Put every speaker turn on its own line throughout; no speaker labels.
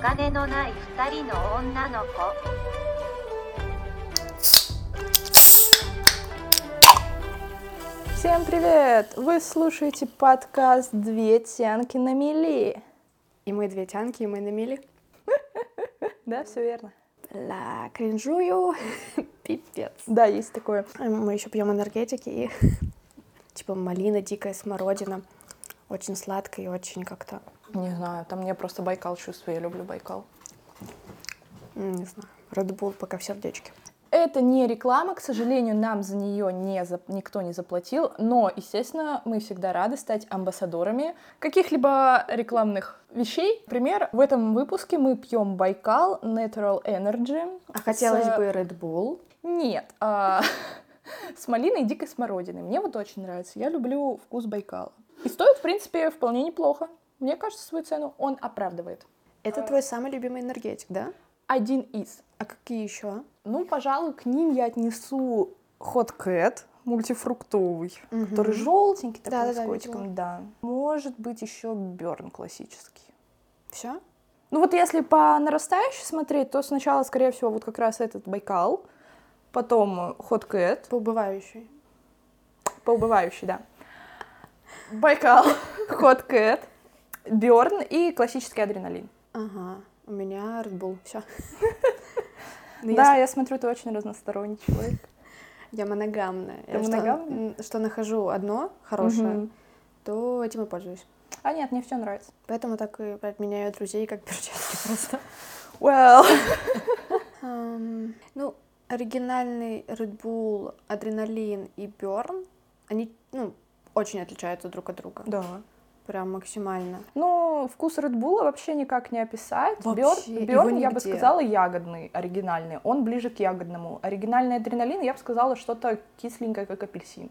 金のない二人の女の子
Всем привет! Вы слушаете подкаст «Две тянки на мели».
И мы две тянки, и мы на мели.
Да, все верно.
Ла, кринжую. Пипец.
Да, есть такое.
А Мы еще пьем энергетики и типа малина, дикая смородина. Очень сладко и очень как-то,
Не знаю, там я просто Байкал чувствую, я люблю Байкал.
м, не знаю, Редбул пока в сердечке.
Это не реклама, к сожалению, нам за нее не зап- никто не заплатил, но, естественно, мы всегда рады стать амбассадорами каких-либо рекламных вещей. Например, в этом выпуске мы пьем Байкал Natural Energy.
А хотелось
с-
бы Red Bull.
Нет, а, с малиной и дикой смородиной. Мне вот очень нравится, я люблю вкус Байкала. И стоит, в принципе, вполне неплохо. Мне кажется, свою цену он оправдывает. А.
Это твой самый любимый энергетик, да?
Один из.
А какие еще?
Ну, пожалуй, к ним я отнесу Hot Cat мультифруктовый, который желтенький такой
Да-да-да,
с котиком, да. Может быть, еще Берн классический.
Все?
Ну вот если по нарастающей смотреть, то сначала, скорее всего, вот как раз этот Байкал, потом Hot Cat,
Поубывающий.
по убывающей, да. Байкал, Hot Cat, Берн и классический адреналин.
Ага. У меня Red Bull. Все. Ну,
да, я смотрю, ты очень разносторонний человек.
Я моногамная.
Ты
Я что-
моногамная?
м, Что нахожу одно хорошее,
Мгм.
то этим и пользуюсь.
А нет, мне все нравится.
Поэтому так и отменяю друзей, как перчатки просто.
Well.
Ам, Ну, оригинальный Red Bull, Адреналин и Берн, они, ну, очень отличаются друг от друга.
Да.
Прям максимально.
Ну, вкус Редбула вообще никак не описать.
Вообще, его
Бёрн, Бёрн, я бы
нигде.
сказала, ягодный, оригинальный. Он ближе к ягодному. Оригинальный адреналин, я бы сказала, что-то кисленькое, как апельсин.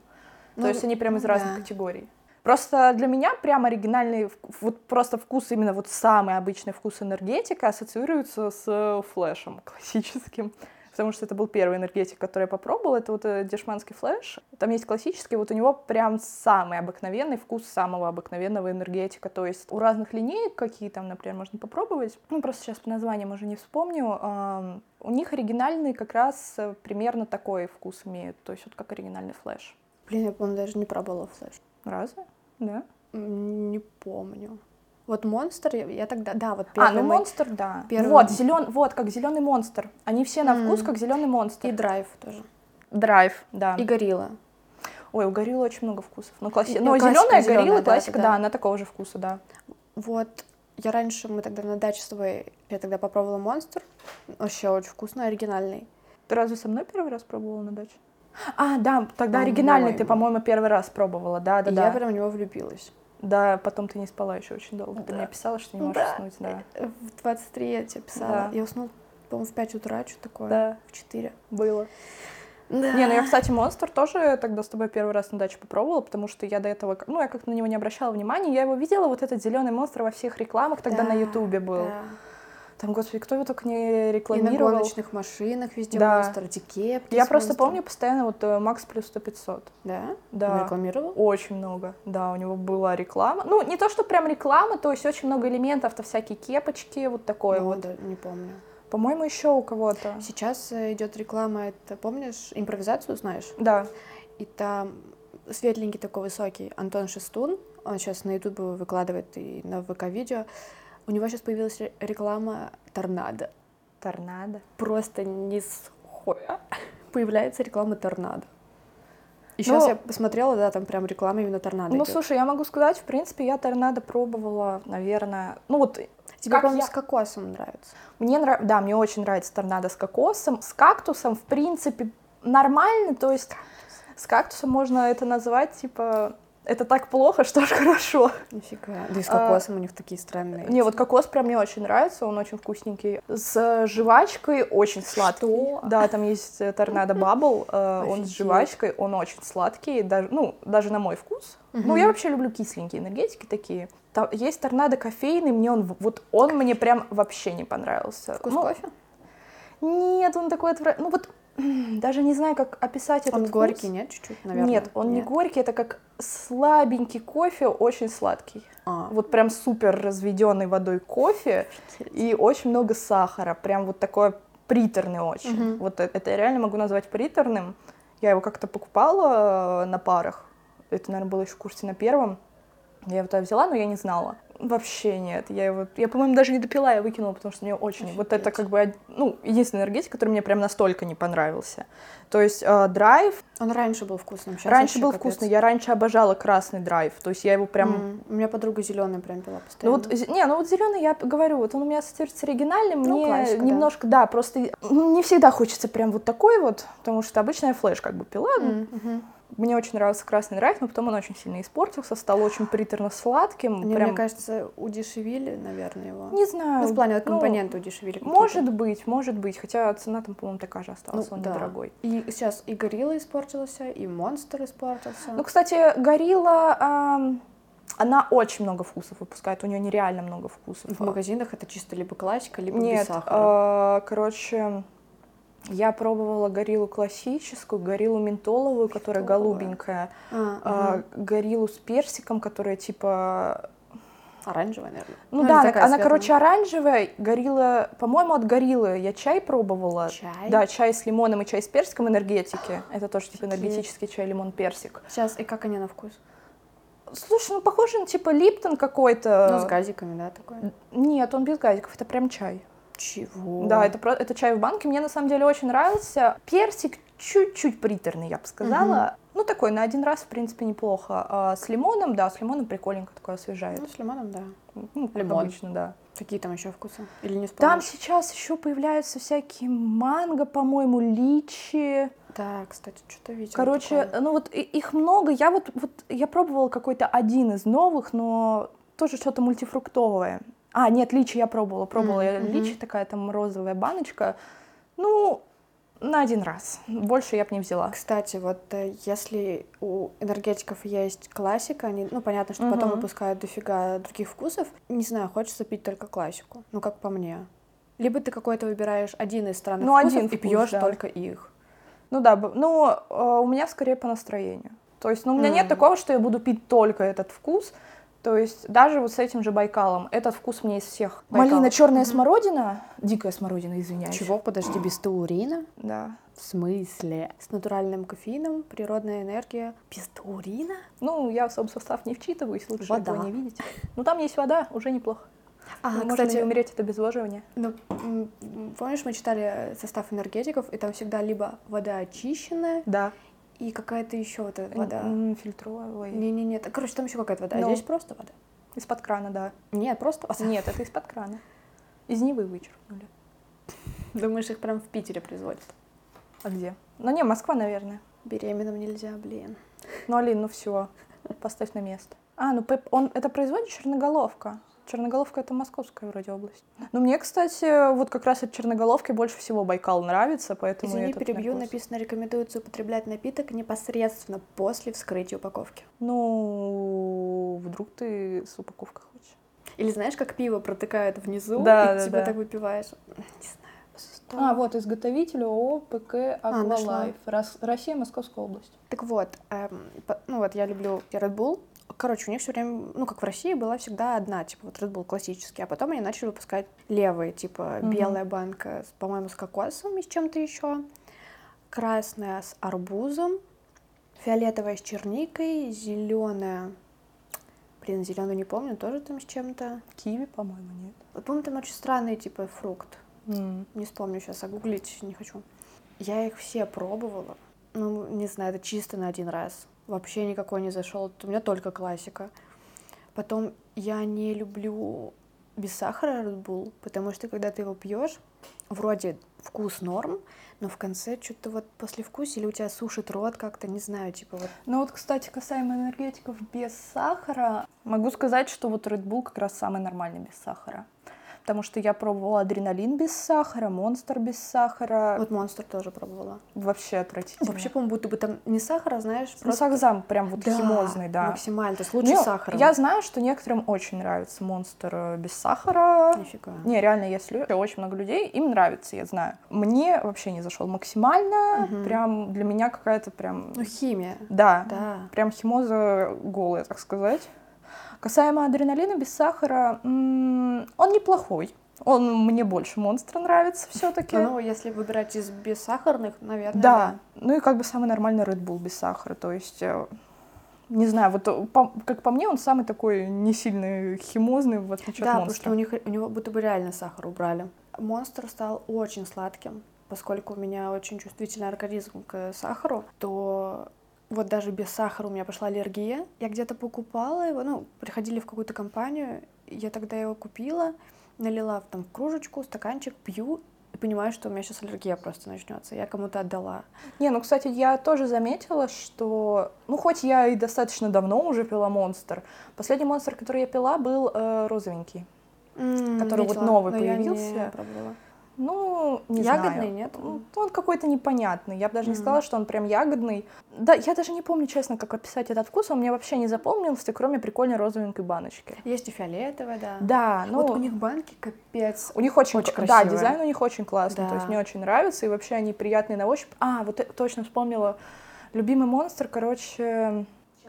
Ну,
То есть они прям из разных
да.
категорий. Просто для меня прям оригинальный, вк- вот просто вкус, именно вот самый обычный вкус энергетика ассоциируется с флешем классическим. Потому что это был первый энергетик, который я попробовала. Это вот э, дешманский флеш. Там есть классический, вот у него прям самый обыкновенный вкус самого обыкновенного энергетика. То есть у разных линеек, какие там, например, можно попробовать. Ну, просто сейчас по названиям уже не вспомню. ам, У них оригинальный как раз э, примерно такой вкус имеет. То есть вот как оригинальный флеш.
Блин, я, по-моему, даже не пробовала флеш.
Разве? Да.
М, Не помню. Вот Монстр, я, я тогда... Да, вот
А,
первый
ну
мой.
монстр, да.
первый
Вот,
мой-
зелен, вот как зеленый монстр. Они все на вкус,
М.
как зеленый монстр.
И Драйв тоже.
драйв, да.
И Горилла.
Ой, у гориллы очень много вкусов. Ну, класси...
Ну,
Но
классика,
зеленая
зелёная,
горилла,
да,
классика,
это
да.
да.
она такого же вкуса, да.
Вот я раньше, мы тогда на даче с тобой, я тогда попробовала монстр. Вообще очень вкусный, оригинальный.
Ты разве со мной первый раз пробовала на даче? А, да, тогда оригинальный
По-моему.
ты, по-моему, первый раз пробовала, да, да,
И
да.
я прям в него влюбилась.
Да, потом ты не спала еще очень долго. Ты
Да.
мне писала, что не можешь
Да.
уснуть, Ну да.
Э, В 23 я тебе писала.
Да.
Я уснула, по-моему, в 5 утра, что такое.
Да,
В 4.
было.
Да.
Не, ну я, кстати, монстр тоже тогда с тобой первый раз на даче попробовала, потому что я до этого, к- ну, я как-то на него не обращала внимания. Я его видела, вот этот зеленый монстр во всех рекламах тогда на
Да,
Ютубе был. Там, господи, кто его только не
И на
рекламировал.
гоночных машинах везде
Да.
монстр, эти кепки
Я
с
просто
монстром.
помню постоянно вот э, Макс плюс 100 500.
Да? Он
Да.
рекламировал?
Очень много, да, у него была реклама. Ну, не то, что прям реклама, то есть очень много элементов, то всякие кепочки, вот такое
Ну,
вот.
да, не помню.
По-моему, еще у кого-то.
Сейчас э, идет реклама, это помнишь, импровизацию знаешь?
Да.
И там светленький такой высокий Антон Шестун, он сейчас на Ютубе выкладывает и на ВК-видео, у него сейчас появилась ре- реклама торнадо.
Торнадо.
Просто не с хуя появляется реклама торнадо. И сейчас
Ну-
я посмотрела, да, там прям реклама именно торнадо
Ну,
идет.
слушай, я могу сказать, в принципе, я торнадо пробовала, наверное. Ну, вот
Тебе,
как
по-моему,
я-
с кокосом нравится.
Мне нрав... да, мне очень нравится торнадо с кокосом, с кактусом, в принципе, нормально, то есть с кактусом можно это назвать, типа, это так плохо, что ж хорошо.
Нифига. Да и с
А,
кокосом у них такие странные.
Не, вот кокос прям мне очень нравится, он очень вкусненький. С жвачкой очень сладкий.
Что?
Да, там есть э, торнадо бабл, э, он с
Офигеть.
жвачкой, он очень сладкий, даже, ну, даже на мой вкус. Ну, я вообще люблю кисленькие энергетики такие. Та- есть торнадо кофейный, мне он, в- вот он мне прям вообще не понравился.
Вкус
Ну,
кофе?
Нет, он такой отвратительный. Ну вот Даже не знаю, как описать этот
Он
вкус.
горький, нет, чуть-чуть, наверное?
Нет, он не горький, это как слабенький кофе, очень сладкий.
А,
Вот прям супер разведенный водой кофе и очень много сахара. Прям вот такое приторный очень.
Мгм.
Вот э- это я реально могу назвать приторным. Я его как-то покупала э, на парах. Это, наверное, было еще в курсе на первом. Я его тогда взяла, но я не знала. Вообще нет. Я его, я, по-моему, даже не допила, я выкинула, потому что мне очень... Вот это
Офигеть.
как бы, од- ну, единственный энергетик, который мне прям настолько не понравился. То есть э, драйв,
Он раньше был вкусным. щас
раньше
вообще
был
капец.
вкусный, я раньше обожала красный драйв, то есть я его прям...
М, У меня подруга зеленый прям пила
Ну
постоянно.
вот, зе- не, ну вот зеленый я п- говорю, вот он у меня ассоциируется с оригинальным,
Ну,
мне
классика, да.
немножко, да. просто ну, не всегда хочется прям вот такой вот, потому что обычно я флеш как бы пила,
М, мгм.
мне очень нравился красный драйв, но потом он очень сильно испортился, стал очень приторно-сладким,
Они,
прям,
Мне кажется, удешевили, наверное, его.
не знаю,
Ну, в плане вот
ну,
компоненты удешевили. какие-то.
может быть, может быть, хотя цена там, по-моему, такая же осталась,
Ну,
он
да.
недорогой.
И сейчас и горилла испортился, и монстр испортился.
Ну, кстати, горилла, ам, она очень много вкусов выпускает, у нее нереально много вкусов.
в магазинах это чисто либо классика, либо без
Нет,
сахара.
а, короче, я пробовала гориллу классическую, гориллу ментоловую, которая
Ментоловая.
голубенькая,
А,
а,
мгм.
гориллу с персиком, которая типа...
Оранжевая, наверное.
Ну,
или
да, она,
такая
она,
светлая.
короче, оранжевая, горилла... По-моему, от гориллы я чай пробовала.
Чай.
а, Да, чай с лимоном и чай с персиком энергетики. Это тоже типа
Офигеть.
энергетический чай, лимон, персик.
Сейчас, и как они на вкус?
Слушай, ну похоже на типа липтон
Ну, с
какой-то.
газиками, да, такое.
Нет, он без газиков, это прям чай.
Чего?
Да, это, про- это чай в банке. Мне на самом деле очень нравился. Персик чуть-чуть приторный, я бы сказала. Ну, такой, на один раз, в принципе, неплохо. А с лимоном, да, с лимоном прикольненько такое освежает.
Ну, с лимоном, да.
Ну, как
лимон.
обычно, да.
Какие там еще вкусы? Или не
Там
вспомнишь?
сейчас еще появляются всякие манго, по-моему, личи.
Да, кстати, что-то видела.
Короче,
такое.
ну вот и- их много. Я вот, вот я пробовала какой-то один из новых, но тоже что-то мультифруктовое. А, нет, личи я пробовала. Пробовала я
мгм.
личи, такая там розовая баночка. Ну, на один раз. Больше я бы не взяла.
Кстати, вот э, если у энергетиков есть классика, они, ну, понятно, что потом
Мгм.
выпускают дофига других вкусов. Не знаю, хочется пить только классику. Ну, как по мне. Либо ты какой-то выбираешь один из странных
Ну,
вкусов
один
и
вкус,
пьешь
да.
только их.
Ну да, б- ну э, у меня скорее по настроению. То есть, ну у меня нет
М.
такого, что я буду пить только этот вкус. То есть даже вот с этим же Байкалом. Этот вкус мне из всех.
Байкал.
Малина, черная
Мгм.
смородина, дикая смородина, извиняюсь.
Чего? Подожди, без таурина?
Да.
В смысле? С натуральным кофеином, природная энергия. Без таурина?
Ну, я в особо состав не вчитываюсь, лучше
Вода.
этого не видеть. Ну, там есть вода, уже неплохо.
А,
Ну, Можно
кстати,
не умереть от обезвоживания.
Ну, м, м, помнишь, мы читали э, состав энергетиков, и там всегда либо вода очищенная,
Да.
и какая-то еще вот эта вода.
Фильтровой.
Не-не-не, та- короче, там еще какая-то вода. А
Ну.
здесь просто вода.
Из-под крана, да.
Нет, просто вода.
Нет, это из-под крана. Из Нивы вычеркнули.
Думаешь, их прям в Питере производят?
А где? Ну, не, Москва, наверное.
Беременным нельзя, блин.
Ну, Алин, ну все, поставь на место. А, ну Пеп- он это производит Черноголовка. Черноголовка это московская вроде область. Ну, мне, кстати, вот как раз от Черноголовки больше всего Байкал нравится, поэтому
Извини,
этот
перебью,
на вкус.
написано, рекомендуется употреблять напиток непосредственно после вскрытия упаковки.
Ну, вдруг ты с упаковкой хочешь.
Или знаешь, как пиво протыкают внизу,
Да,
и
да,
типа
да.
так выпиваешь. Не знаю.
А, вот, изготовитель ООО ПК
А, нашла.
«Аквалайф». Рос- Россия, Московская область.
Так вот, эм, по- ну вот я люблю Red Bull. Короче, у них все время, ну как в России, была всегда одна, типа вот Red Bull классический, а потом они начали выпускать левые, типа
Мгм.
белая банка, с, по-моему, с кокосом и с чем-то еще, красная с арбузом, фиолетовая с черникой, зеленая, блин, зеленую не помню, тоже там с чем-то.
Киви, по-моему, нет.
Вот, по-моему, там очень странный типа фрукт.
М.
Не вспомню сейчас, а гуглить не хочу. Я их все пробовала. Ну, не знаю, это чисто на один раз. Вообще никакой не зашел. У меня только классика. Потом я не люблю без сахара Red Bull, потому что когда ты его пьешь, вроде вкус норм, но в конце что-то вот послевкусие или у тебя сушит рот как-то, не знаю, типа вот
Ну вот, кстати, касаемо энергетиков без сахара, могу сказать, что вот Red Bull как раз самый нормальный без сахара. Потому что я пробовала адреналин без сахара, монстр без сахара.
Вот монстр тоже пробовала.
Вообще отвратительно.
Вообще, по-моему, будто бы там не сахар, а знаешь,
Ну,
просто...
сахзам прям вот химозный, да.
Максимально, то есть лучше
Ну,
сахара.
Я знаю, что некоторым очень нравится монстр э, без сахара.
Нифига.
Не, реально, если очень много людей, им нравится, я знаю. Мне вообще не зашел максимально,
Мгм.
прям для меня какая-то прям...
Ну, химия.
да,
Да.
прям химоза голая, так сказать. Касаемо адреналина без сахара, м, он неплохой. Он мне больше монстра нравится все-таки.
Ну, если выбирать из бессахарных, наверное,
Да. Ну и как бы самый нормальный Red Bull без сахара. То есть, э, не знаю, вот э, по- как по мне, он самый такой не сильный химозный, в отличие
Да,
от
потому что
монстра.
у, них, у него будто бы реально сахар убрали. Монстр стал очень сладким, поскольку у меня очень чувствительный организм к сахару, то вот даже без сахара у меня пошла аллергия. Я где-то покупала его, ну, приходили в какую-то компанию, я тогда его купила, налила в, там в кружечку, стаканчик, пью, и понимаю, что у меня сейчас аллергия просто начнется. Я кому-то отдала.
Не, ну, кстати, я тоже заметила, что... Ну, хоть я и достаточно давно уже пила монстр, последний монстр, который я пила, был э, розовенький. Который вот
видела,
новый
но я не
появился.
пробовала.
Ну, не
Ягодный,
знаю.
нет?
Ну, Он какой-то непонятный. Я бы даже не
Мгм.
сказала, что он прям ягодный. Да, я даже не помню, честно, как описать этот вкус. Он мне вообще не запомнился, кроме прикольной розовенькой баночки.
Есть и фиолетовая, да.
Да, ну...
А, Вот у них банки капец.
У них очень,
Очень
кра- Да,
красивые.
дизайн у них очень классный, то есть
Да.
мне очень нравится, и вообще они приятные на ощупь. А, вот э- точно вспомнила. Любимый монстр, короче,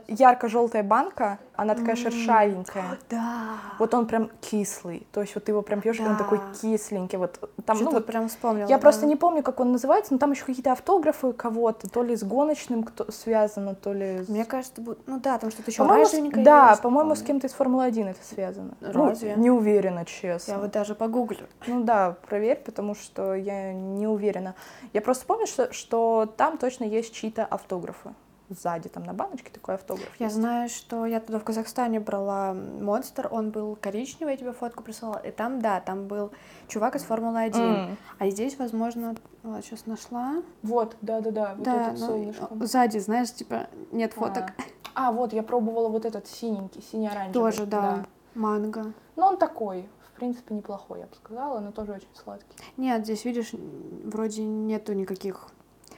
ярко-желтая банка, она такая шершавенькая.
Да.
Вот он прям кислый, то есть вот ты его прям пьешь, и он
Да.
такой кисленький, вот там, ну
Чё-то
вот
прям вспомнила.
я просто
да.
не помню, как он называется, но там еще какие-то автографы кого-то, то ли с гоночным кто связано, то ли с...
Мне кажется, бу- ну да, там что-то еще
По-моему, с-
оранжевенькое
да,
есть,
по-моему, с
помню.
кем-то из Формулы-1 это связано. Ну,
Разве?
не уверена, честно.
Я вот даже погуглю.
Ну да, проверь, потому что я не уверена. Я просто помню, что, что там точно есть чьи-то автографы. Сзади там на баночке такой автограф.
Я
есть.
знаю, что я тогда в Казахстане брала монстр, он был коричневый, я тебе фотку присылала, и там, да, там был чувак из Формулы-1.
М.
А здесь, возможно, вот сейчас нашла.
Вот, да-да-да, вот
да,
этот
ну,
солнышко.
сзади, знаешь, типа, нет фоток.
А, вот, я пробовала вот этот синенький, синий-оранжевый.
Тоже, да. Манго.
Но он такой, в принципе, неплохой, я бы сказала, но тоже очень сладкий.
Нет, здесь, видишь, м, вроде нету никаких.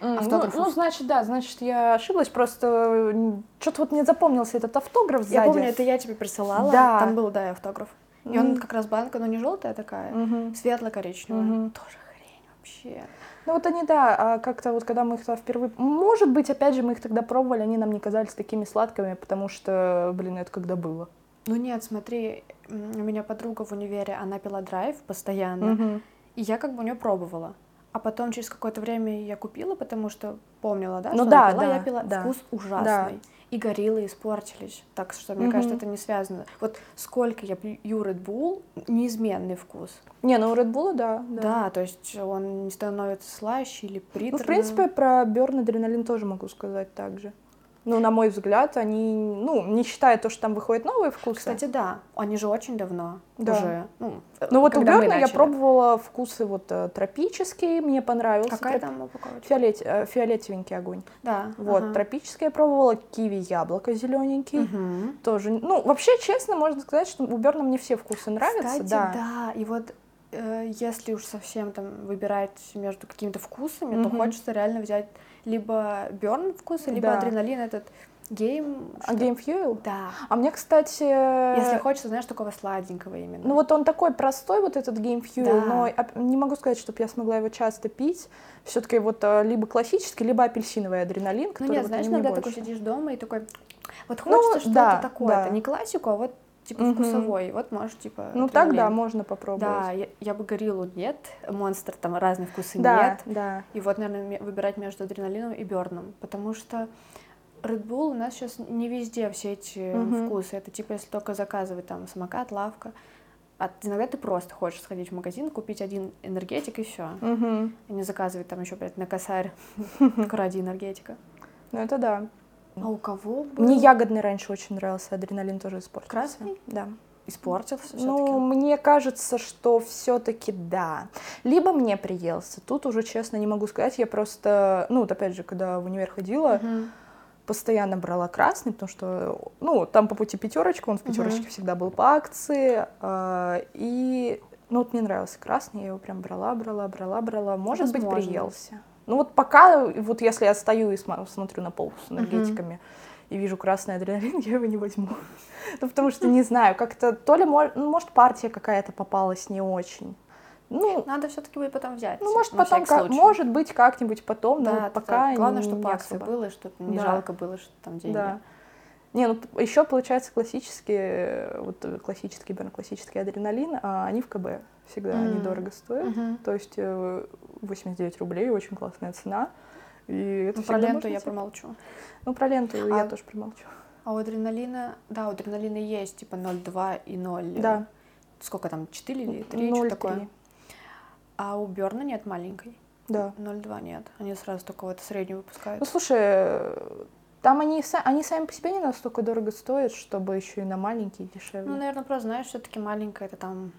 М, ну-
Автографов.
Ну, значит, да, значит, я ошиблась, просто что-то вот не запомнился этот автограф сзади.
Я помню, это я тебе присылала.
Да.
Там был, да, и автограф. И
М.
он как раз банка, но не желтая а такая,
Мгм.
светло-коричневая.
Мгм.
Тоже хрень вообще.
Ну вот они, да, а как-то вот когда мы их туда впервые... Может быть, опять же, мы их тогда пробовали, они нам не казались такими сладкими, потому что, блин, это когда было.
Ну нет, смотри, м, у меня подруга в универе, она пила драйв постоянно, и я как бы у нее пробовала. А потом через какое-то время я купила, потому что помнила, да,
Ну
что
да,
она пила,
да,
я пила.
да.
Вкус ужасный. И гориллы испортились. Так что, мне
Мгм.
кажется, это не связано. Вот сколько я пью Red Bull, неизменный вкус.
Не, ну у Red Bull, да, да.
Да. то есть он не становится слаще или приторным.
Ну, в принципе, про Burn Адреналин тоже могу сказать так же. Ну, на мой взгляд, они, ну, не считая то, что там выходят новые вкусы.
Кстати, да, они же очень давно
Да.
уже. Ну,
ну вот у
когда мы
Берна я
начали.
пробовала вкусы вот э, тропические, мне понравился.
Какая
троп-
там упаковочка?
Фиолет- э, фиолетовенький огонь.
Да.
Вот,
ага.
тропические я пробовала, киви, яблоко зелененький.
Мгм.
тоже. Ну, вообще, честно, можно сказать, что у Берна мне все вкусы нравятся,
Кстати,
да.
И вот э, если уж совсем там выбирать между какими-то вкусами, то
Мгм.
хочется реально взять либо Берн вкус, либо
Да.
адреналин этот гейм.
А Game Fuel?
Да.
А мне, кстати,
Если хочется, знаешь, такого сладенького именно.
ну вот он такой простой, вот этот Game Fuel,
Да.
но оп- не могу сказать, чтобы я смогла его часто пить. Все-таки вот э, либо классический, либо апельсиновый адреналин,
ну
который
нет,
вот
знаешь,
мне
иногда
больше.
такой сидишь дома и такой, вот
Ну,
хочется что-то
да,
такое-то,
да.
не классику, а вот типа
Мгм.
вкусовой, вот можешь типа
Ну так, да,
адреналин.
можно попробовать.
Да, я, я бы гориллу нет, монстр там разные вкусы
да,
нет.
да.
И вот, наверное, выбирать между адреналином и Берном, потому что Red Bull у нас сейчас не везде все эти
Мгм.
вкусы. Это типа если только заказывать там самокат, лавка. А т- иногда ты просто хочешь сходить в магазин, купить один энергетик и все.
Мгм.
И не заказывать там еще, блядь, на косарь только ради энергетика.
Ну это да.
А у кого был?
Мне ягодный раньше очень нравился, адреналин тоже испортился.
Красный?
Да.
Испортился все-таки.
Ну, мне кажется, что все-таки да. Либо мне приелся. Тут уже, честно, не могу сказать. Я просто, ну, вот опять же, когда в универ ходила, постоянно брала красный, потому что, ну, там по пути пятерочка, он в пятерочке всегда был по акции. а, И Ну вот мне нравился красный, я его прям брала, брала, брала, брала. Может быть,
Возможно.
приелся. Ну вот пока, вот если я стою и сма- смотрю на полку с энергетиками и вижу красный адреналин, я его не возьму. Ну потому что не знаю, как-то то ли, мож- ну, может, партия какая-то попалась не очень. Ну,
Надо все-таки будет потом взять.
ну может,
на
потом,
всякий
как-
случай.
может быть, как-нибудь потом,
Да,
но
да,
вот пока
да. главное, чтобы
не
по акции
особо.
было, и чтобы не
Да.
жалко было, что там деньги.
Да. Не, ну еще получается классические, вот э, классический, классический адреналин, а они в КБ всегда
Мгм.
недорого стоят.
Мгм.
То есть э, 89 рублей, очень классная цена. И это
Ну, про
всегда
ленту
можно
я
взять.
промолчу.
Ну, про ленту
А-
я тоже промолчу.
А у адреналина, да, у адреналина есть типа 0,2 и 0.
Да.
Сколько там, 4 или 3, что
0,3.
такое? А у Берна нет маленькой.
Да.
0,2 нет. Они сразу только вот среднюю выпускают.
Ну, слушай, э, там они, са- они сами по себе не настолько дорого стоят, чтобы еще и на маленькие
Ну,
дешевле.
наверное, просто знаешь, все-таки маленькая это там.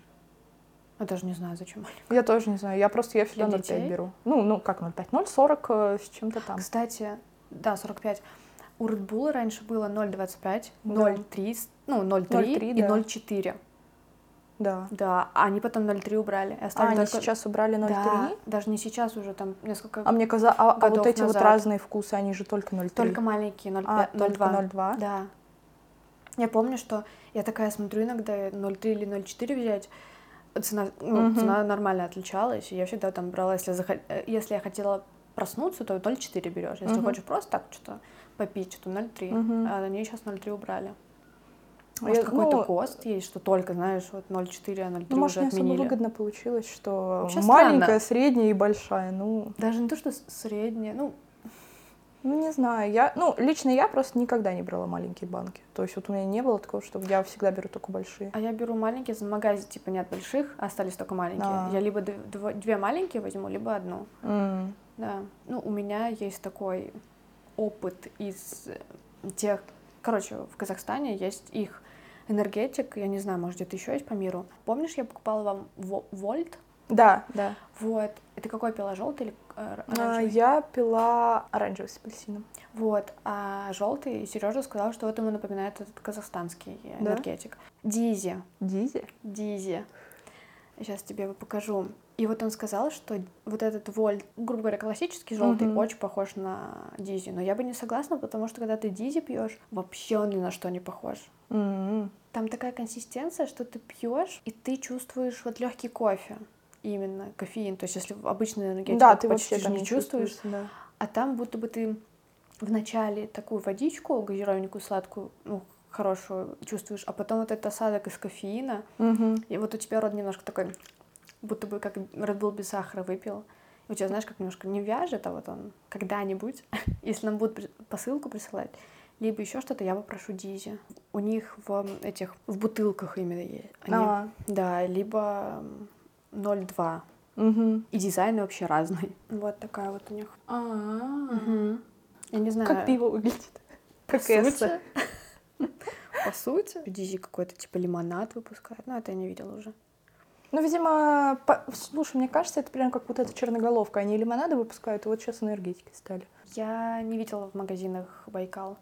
Я даже не знаю, зачем маленькая.
я тоже не знаю, я просто, я всегда
Для
0,5
детей?
беру. Ну, ну как 0,5, 0,40 э, с чем-то там.
Кстати, да, 45. У Red Bull раньше было 0,25,
Да.
0,3, ну, 0,3
0,3,
и
да.
0,4.
Да.
Да, а они потом 0,3 убрали. и
А,
оставили
они
только-
сейчас убрали 0,3?
Да, даже не сейчас уже, там несколько...
А мне казалось, а, а
Годов
вот эти
назад.
вот разные вкусы, они же только 0,3.
Только маленькие, 0,5,
а,
0,2.
только 0,2.
Да. Я помню, что я такая смотрю иногда 0,3 или 0,4 взять. Цена, ну,
Мгм.
цена нормально отличалась. и я всегда там брала, если, захо- э, если я хотела проснуться, то 0,4 берешь. Если
Мгм.
хочешь просто так что-то попить, то 0,3.
Мгм.
А они сейчас 0,3 убрали.
Я-
Может, какой-то
ну,
ГОСТ есть, что только, знаешь, вот 0,4, а 0,3
Ну, может,
уже
не особо
отменили.
выгодно получилось, что
Вообще
маленькая,
странно.
средняя и большая. Ну,
Даже не то, что с- среднее, ну,
ну, не знаю. Я, ну, лично я просто никогда не брала маленькие банки. То есть вот у меня не было такого, что я всегда беру только большие.
А я беру маленькие, в магазе типа нет больших, а остались только маленькие.
А.
Я либо дв- дво- две маленькие возьму, либо одну.
М.
Да. Ну, у меня есть такой опыт из э, тех... Короче, в Казахстане есть их энергетик, я не знаю, может, где-то еще есть по миру. Помнишь, я покупала вам Во- Вольт?
Да, да.
Вот. Ты какой пила, желтый или э, р-
А,
оранжевый?
я пила оранжевый с апельсином.
Вот, а желтый, и Сережа сказал, что вот ему напоминает этот казахстанский
Да?
энергетик. Дизи.
Дизи?
Дизи. Сейчас тебе его покажу. И вот он сказал, что вот этот вольт, грубо говоря, классический желтый,
Мгм.
очень похож на Дизи. Но я бы не согласна, потому что когда ты Дизи пьешь, вообще он ни на что не похож.
М.
Там такая консистенция, что ты пьешь, и ты чувствуешь вот легкий кофе. Именно кофеин. То есть, если обычный энергетик
Да, ты
почти
вообще
ж
там
не чувствуешь,
да.
а там будто бы ты вначале такую водичку, газированненькую, сладкую, ну, хорошую чувствуешь, а потом вот этот осадок из кофеина,
Мгм.
и вот у тебя рот немножко такой, будто бы как Red Bull без сахара выпил. И у тебя, знаешь, как немножко не вяжет, а вот он когда-нибудь, если нам будут при- посылку присылать, либо еще что-то, я попрошу Дизи. У них в этих, в бутылках именно есть. Они-
А,
Да, либо м, 0,2.
мгм.
И дизайн вообще разный. Вот такая вот у них. Мгм. Я не знаю.
Как пиво выглядит.
по
Как эссе.
сути. По сути. Дизи какой-то типа лимонад выпускает. Ну, это я не видела уже.
Ну, видимо, по- слушай, мне кажется, это прям как вот эта черноголовка. Они лимонады выпускают, и вот сейчас энергетики стали.
Я не видела в магазинах Байкал.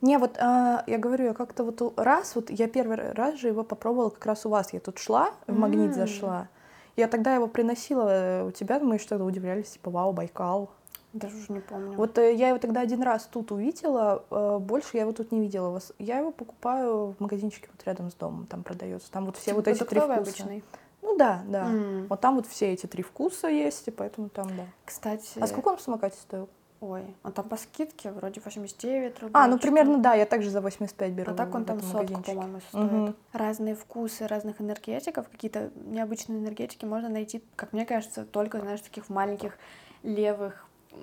Не, вот а, я говорю, я как-то вот у- раз, вот я первый раз же его попробовала как раз у вас. Я тут шла, в магнит
М.
зашла. Я тогда его приносила э, у тебя, мы что тогда удивлялись, типа, вау, Байкал.
Даже уже не помню.
Вот э, я его тогда один раз тут увидела, э, больше я его тут не видела. Вас- Я его покупаю в магазинчике вот рядом с домом, там продается. Там вот все
Типа
вот эти три
продуктовый
вкуса.
обычный.
Ну да, да.
М.
Вот там вот все эти три вкуса есть, и поэтому там, да.
Кстати,
А сколько он в самокате стоил?
Ой, он там по скидке вроде 89 рублей.
А, ну
что-то.
примерно, да, я также за 85 беру.
А так он
в
там
этом
сотку,
магазинчике.
по-моему, стоит.
Мгм.
Разные вкусы разных энергетиков, какие-то необычные энергетики можно найти, как мне кажется, только, знаешь, в таких маленьких левых м,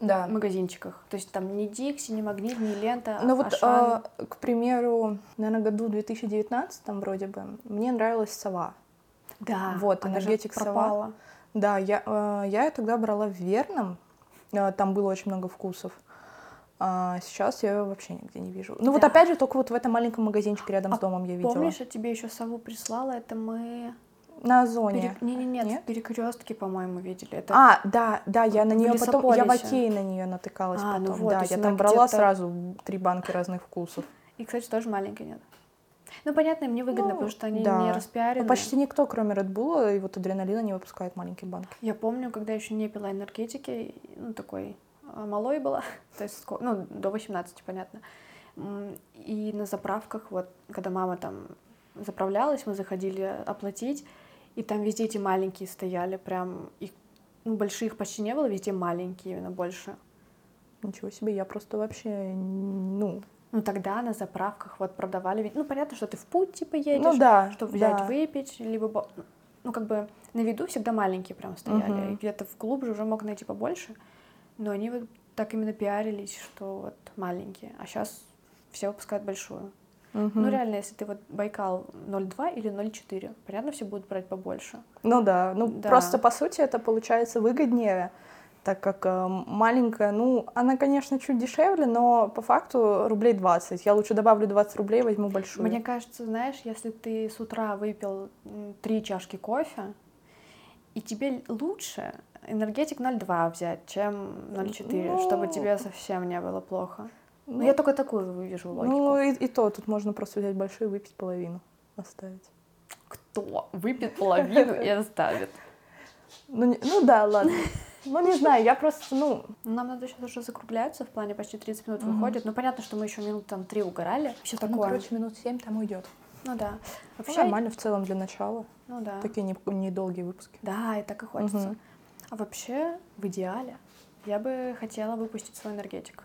Да.
магазинчиках. То есть там ни Дикси, ни Магнит, ни Лента,
Ну вот,
Ашан.
а, к примеру, наверное, году 2019 там вроде бы, мне нравилась сова.
да,
вот,
она же
энергетик «Сова».
пропала.
Да, я, а, я её тогда брала в Верном, а, там было очень много вкусов. А сейчас я её вообще нигде не вижу. Ну вот
Да.
опять же, только вот в этом маленьком магазинчике рядом с
А
домом я видела.
Помнишь, я тебе еще сову прислала, это мы...
На зоне.
Не, не, нет,
Нет?
в перекрестке, по-моему, видели. Это
А, да, да, я на
В
нее потом, я в
лесополисе.
Окей на нее натыкалась
А, ну
потом,
вот, то
да,
есть
я
она
там брала
где-то-
сразу три банки разных вкусов.
И, кстати, тоже маленькой нет. Ну, понятно, им невыгодно,
Ну,
потому что они
да.
не
Ну,
распиарены.
почти никто, кроме Red Bull и вот адреналина, не выпускает маленькие банки.
Я помню, когда еще не пила энергетики, и, ну, такой а, малой была, то есть, ско- ну, до 18, понятно. М, И на заправках, вот, когда мама там заправлялась, мы заходили оплатить, и там везде эти маленькие стояли, прям, их, ну, больших почти не было, везде маленькие именно больше.
Ничего себе, я просто вообще, ну,
Ну, тогда на заправках вот продавали, ведь, ну, понятно, что ты в путь, типа, едешь,
ну да,
что взять
да.
выпить, либо бо- ну как бы на виду всегда маленькие прям стояли,
Мгм.
и где-то в глубже уже мог найти побольше, но они вот так именно пиарились, что вот маленькие, а сейчас все выпускают большую.
Мгм.
Ну реально, если ты вот Байкал 0,2 или 0,4, понятно, все будут брать побольше.
Ну да, ну
Да.
просто по сути это получается выгоднее, так как э, маленькая, ну она, конечно, чуть дешевле, но по факту рублей 20. Я лучше добавлю 20 рублей, возьму большую.
Мне кажется, знаешь, если ты с утра выпил м, три чашки кофе, и тебе лучше энергетик 0,2 взять, чем 0,4, чтобы
Ну.
тебе совсем не было плохо.
ну,
Ну, я только такую вижу логику.
ну, и, и то, тут можно просто взять большую и выпить половину, оставить.
Кто выпьет половину и оставит?
Ну, не- ну да, ладно. Ну не знаю, я просто, ну,
Нам надо сейчас уже закругляться, в плане почти 30 минут
Мгм.
выходит. Ну, понятно, что мы еще минут там три угорали. Все
ну,
такое. Ну,
короче, минут 7 там уйдет.
да. Вообще, ну,
Нормально в целом для начала.
да.
Такие не- недолгие выпуски.
Да, и так и хочется.
Мгм.
А вообще, в идеале, я бы хотела выпустить свой энергетик.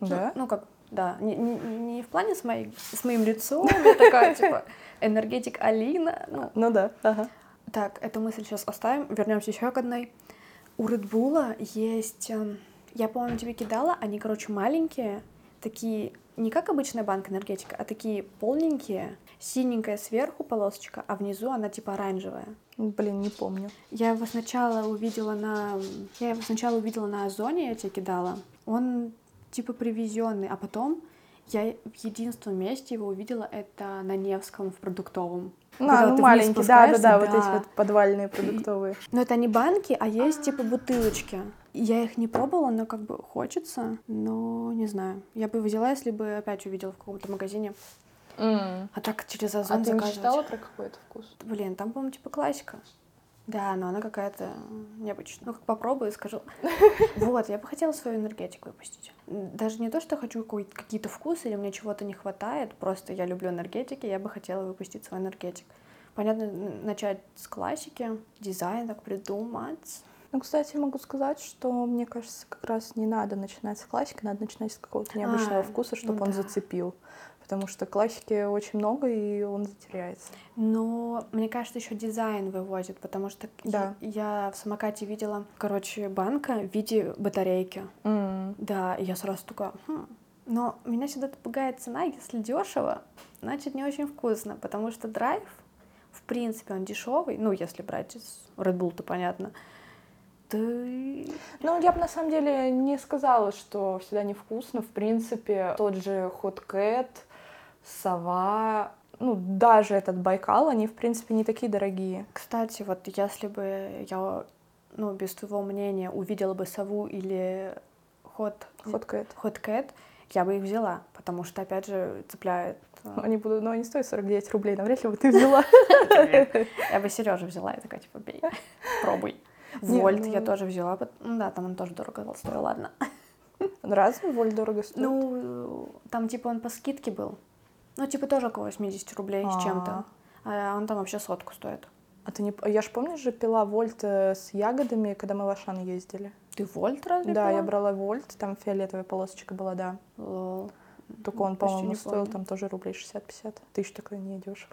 Да?
Ну, ну, как, да. Не, не- не в плане с, моей, с моим лицом, я такая, типа, энергетик Алина. Ну,
Ну да, ага.
Так, эту мысль сейчас оставим. Вернемся еще к одной. У Редбула есть... эм, Я, по-моему, тебе кидала. Они, короче, маленькие. Такие, не как обычная банка энергетика, а такие полненькие. Синенькая сверху полосочка, а внизу она типа оранжевая.
Блин, не помню.
Я его сначала увидела на... Я его сначала увидела на Озоне, я тебе кидала. Он типа привезенный, а потом я в единственном месте его увидела, это на Невском в продуктовом. Когда
На,
вот
ну
ты вниз
маленькие, да, да, да,
спускаешься,
вот эти
да.
вот подвальные продуктовые.
Но это не банки, а есть типа бутылочки. Я их не пробовала, но как бы хочется, но не знаю. Я бы взяла, если бы опять увидела в каком-то магазине. А так через Озон заказывать.
про какой-то вкус?
Блин, там, по-моему, типа классика. Да, но она какая-то необычная. Ну, как попробую, скажу. Вот, я бы хотела свою энергетику выпустить. Даже не то, что хочу какой- какие-то вкусы или мне чего-то не хватает, просто я люблю энергетики, я бы хотела выпустить свой энергетик. Понятно, н- начать с классики, дизайн так придумать.
Ну, кстати, могу сказать, что мне кажется, как раз не надо начинать с классики, надо начинать с какого-то необычного
А,
вкуса, чтобы
ну
он
да.
зацепил. Потому что классики очень много, и он затеряется.
Но мне кажется, еще дизайн вывозит, потому что
Да.
я, я в самокате видела, короче, банка в виде батарейки. Да, и я сразу такая, «Хм». но меня всегда это пугает цена, если дешево, значит не очень вкусно, потому что драйв, в принципе, он дешевый, ну если брать из Red Bull, то понятно. Ты...
Ну, я бы на самом деле не сказала, что всегда невкусно. В принципе, тот же Hot Cat, сова, ну, даже этот Байкал, они, в принципе, не такие дорогие.
Кстати, вот если бы я, ну без твоего мнения, увидела бы сову или ход
Hot Cat.
ход кэт, я бы их взяла, потому что опять же цепляет. э,
Они будут, но они стоят 49 рублей, навряд ли бы ты взяла.
Я бы Сережа взяла, я такая, типа, бей, пробуй.
Не,
Вольт я
ну-
тоже взяла, пот- ну да, там он тоже дорого стоил, ладно.
Разве воль дорого стоит?
Ну, там типа он по скидке был. Ну, типа тоже около 80 рублей с чем-то. А он там вообще сотку стоит.
А ты не... п- Я ж, помнишь же, пила вольт э, с ягодами, когда мы в Ашан ездили?
Ну, Ты вольт разве
да, я
пила?
брала вольт, там фиолетовая полосочка была, да.
Лол.
Только он,
ну, Почти
по-моему,
не
стоил
помню. Ну,
там тоже рублей 60-50. Тысяч такой не идешь.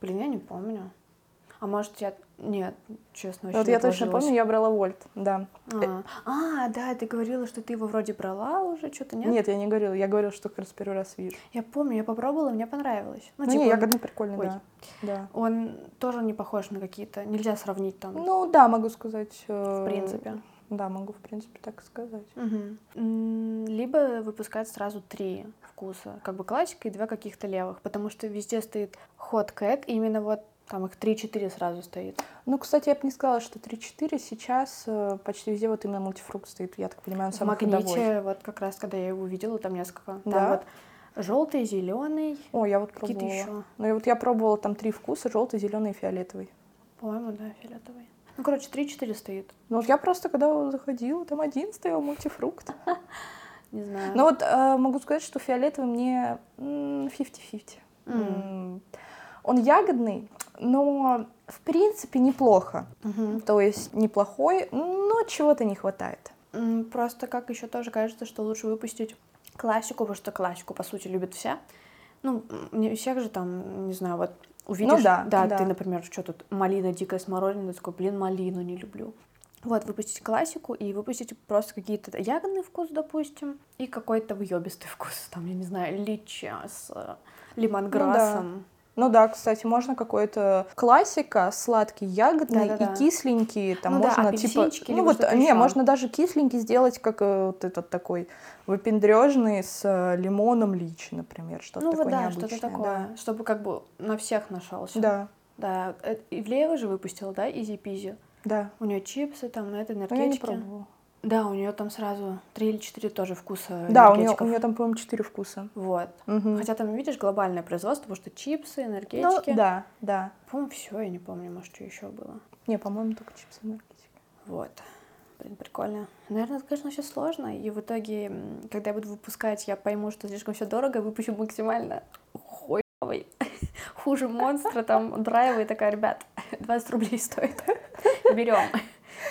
Блин, я не помню. А может я... Нет, честно, вообще
Вот
не
я точно
вложилась.
помню, я брала вольт, да.
А. А, да, ты говорила, что ты его вроде брала уже, что-то нет?
Нет, я не говорила, я говорила, что как раз первый раз вижу.
Я помню, я попробовала, мне понравилось.
Ну,
типа,
не,
он-
ягодный прикольный,
Ой.
да. да.
он тоже не похож на какие-то... Нельзя сравнить там,
Ну, да, могу сказать. э,
в принципе.
Да, могу, в принципе, так сказать.
Мгм. М, Либо выпускать сразу три вкуса, как бы классика и два каких-то левых, потому что везде стоит ход кэт, и именно вот там их 3-4 сразу стоит.
Ну, кстати, я бы не сказала, что 3-4 сейчас э, почти везде вот именно мультифрукт стоит, я так понимаю, он
В
самый
магните,
ходовой.
вот как раз когда я его увидела, там несколько. Там
Да?
вот Желтый, зеленый,
О, я вот
какие-то
пробовала.
еще.
Ну, и вот я пробовала там три вкуса, желтый, зеленый и фиолетовый.
По-моему, да, фиолетовый. Ну, короче, 3-4 стоит.
Ну, вот я просто, когда заходила, там один стоял мультифрукт.
Не знаю.
Ну, вот э, могу сказать, что фиолетовый мне м, 50-50.
М.
М. Он ягодный, но в принципе неплохо.
Мгм.
То есть неплохой, но чего-то не хватает.
М, Просто как еще тоже кажется, что лучше выпустить классику, потому что классику, по сути, любят все. Ну, м, не всех же там, не знаю, вот увидишь.
Ну да,
да,
да.
ты, например, что тут, малина, дикая смородина, ты такой, блин, малину не люблю. Вот, выпустить классику и выпустить просто какие-то ягодный вкус, допустим, и какой-то въебистый вкус, там, я не знаю, личи с э, лимонграссом.
Ну да, кстати, можно какой-то классика, сладкий, ягодный
Да-да-да.
и кисленький. Там
Ну да,
можно типа.
апельсинчики
Ну
либо
вот,
что-то
не,
ещё.
можно даже кисленький сделать, как э, вот этот такой выпендрежный с э, лимоном личи, например. Что-то
Ну
такое
вот да,
необычное.
что-то такое, чтобы как бы на всех нашелся.
Да. да,
Да, э, Ивлеева же выпустила, да, Изи-Пизи?
да.
У нее чипсы, там, это
Но Ну, я не
энергетики.
пробовала.
да, у нее там сразу три или четыре тоже вкуса
Да, у нее,
энергетиков.
у нее там, по-моему, четыре вкуса.
Вот.
Мгм.
Э, Хотя там, видишь, глобальное производство, потому что чипсы,
Ну,
энергетики.
да, да.
По-моему, все, я не помню, может, что еще было.
Не, по-моему, только чипсы энергетики.
Вот. Блин, прикольно. Наверное, это, конечно, все сложно. И в итоге, м, когда я буду выпускать, я пойму, что слишком все дорого, и выпущу максимально хуевый. Хуже монстра, там драйва и такая, ребят, 20 рублей стоит. Берем.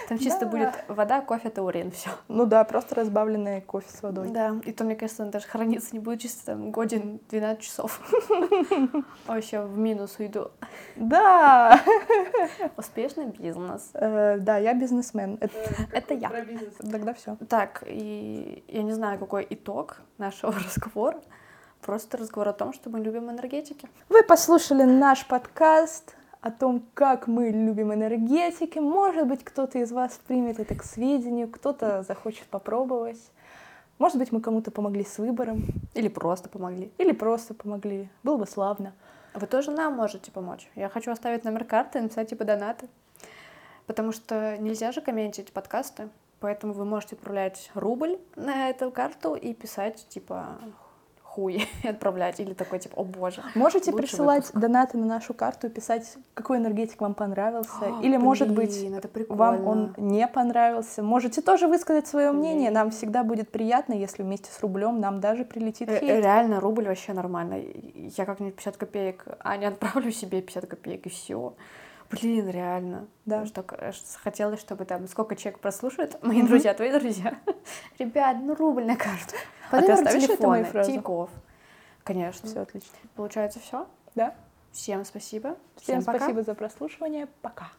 Там чисто
Да.
будет вода, кофе, таурин, все.
Ну да, просто разбавленный кофе с водой.
Да, и то, мне кажется, он даже храниться не будет, чисто там годин 12 часов. Вообще в минус уйду.
Да,
Успешный бизнес.
Э, да, я бизнесмен. Это-
Это я.
Тогда все.
Так, и я не знаю, какой итог нашего разговора. Просто разговор о том, что мы любим энергетики.
Вы послушали наш подкаст о том, как мы любим энергетики. Может быть, кто-то из вас примет это к сведению, кто-то захочет попробовать. Может быть, мы кому-то помогли с выбором
Или просто помогли.
или просто помогли. Было бы славно.
Вы тоже нам можете помочь. Я хочу оставить номер карты и написать типа донаты. Потому что нельзя же комментить подкасты. Поэтому вы можете отправлять рубль на эту карту и писать типа хуй и отправлять. Или такой типа, о боже.
Можете
Лучший
присылать
выпуск.
донаты на нашу карту и писать, какой энергетик вам понравился.
«А,
или, может быть,
блин, это
вам он
прикольно».
не понравился. Можете тоже высказать свое мнение.
Блин.
Нам всегда будет приятно, если вместе с рублем нам даже прилетит
Э,
хейт.
Реально, рубль вообще нормально. Я как-нибудь 50 копеек, а не отправлю себе 50 копеек, и все. Блин, реально.
Да.
Потому что к- аж хотелось, чтобы там сколько человек прослушает, мои друзья, твои друзья. Ребят, ну рубль на карту. Под
А ты
номер
оставишь эту мою
телефона,
фразу?
Тинькофф. Конечно.
Все отлично.
Получается все.
Да.
Всем спасибо.
Всем
пока.
спасибо за прослушивание. Пока.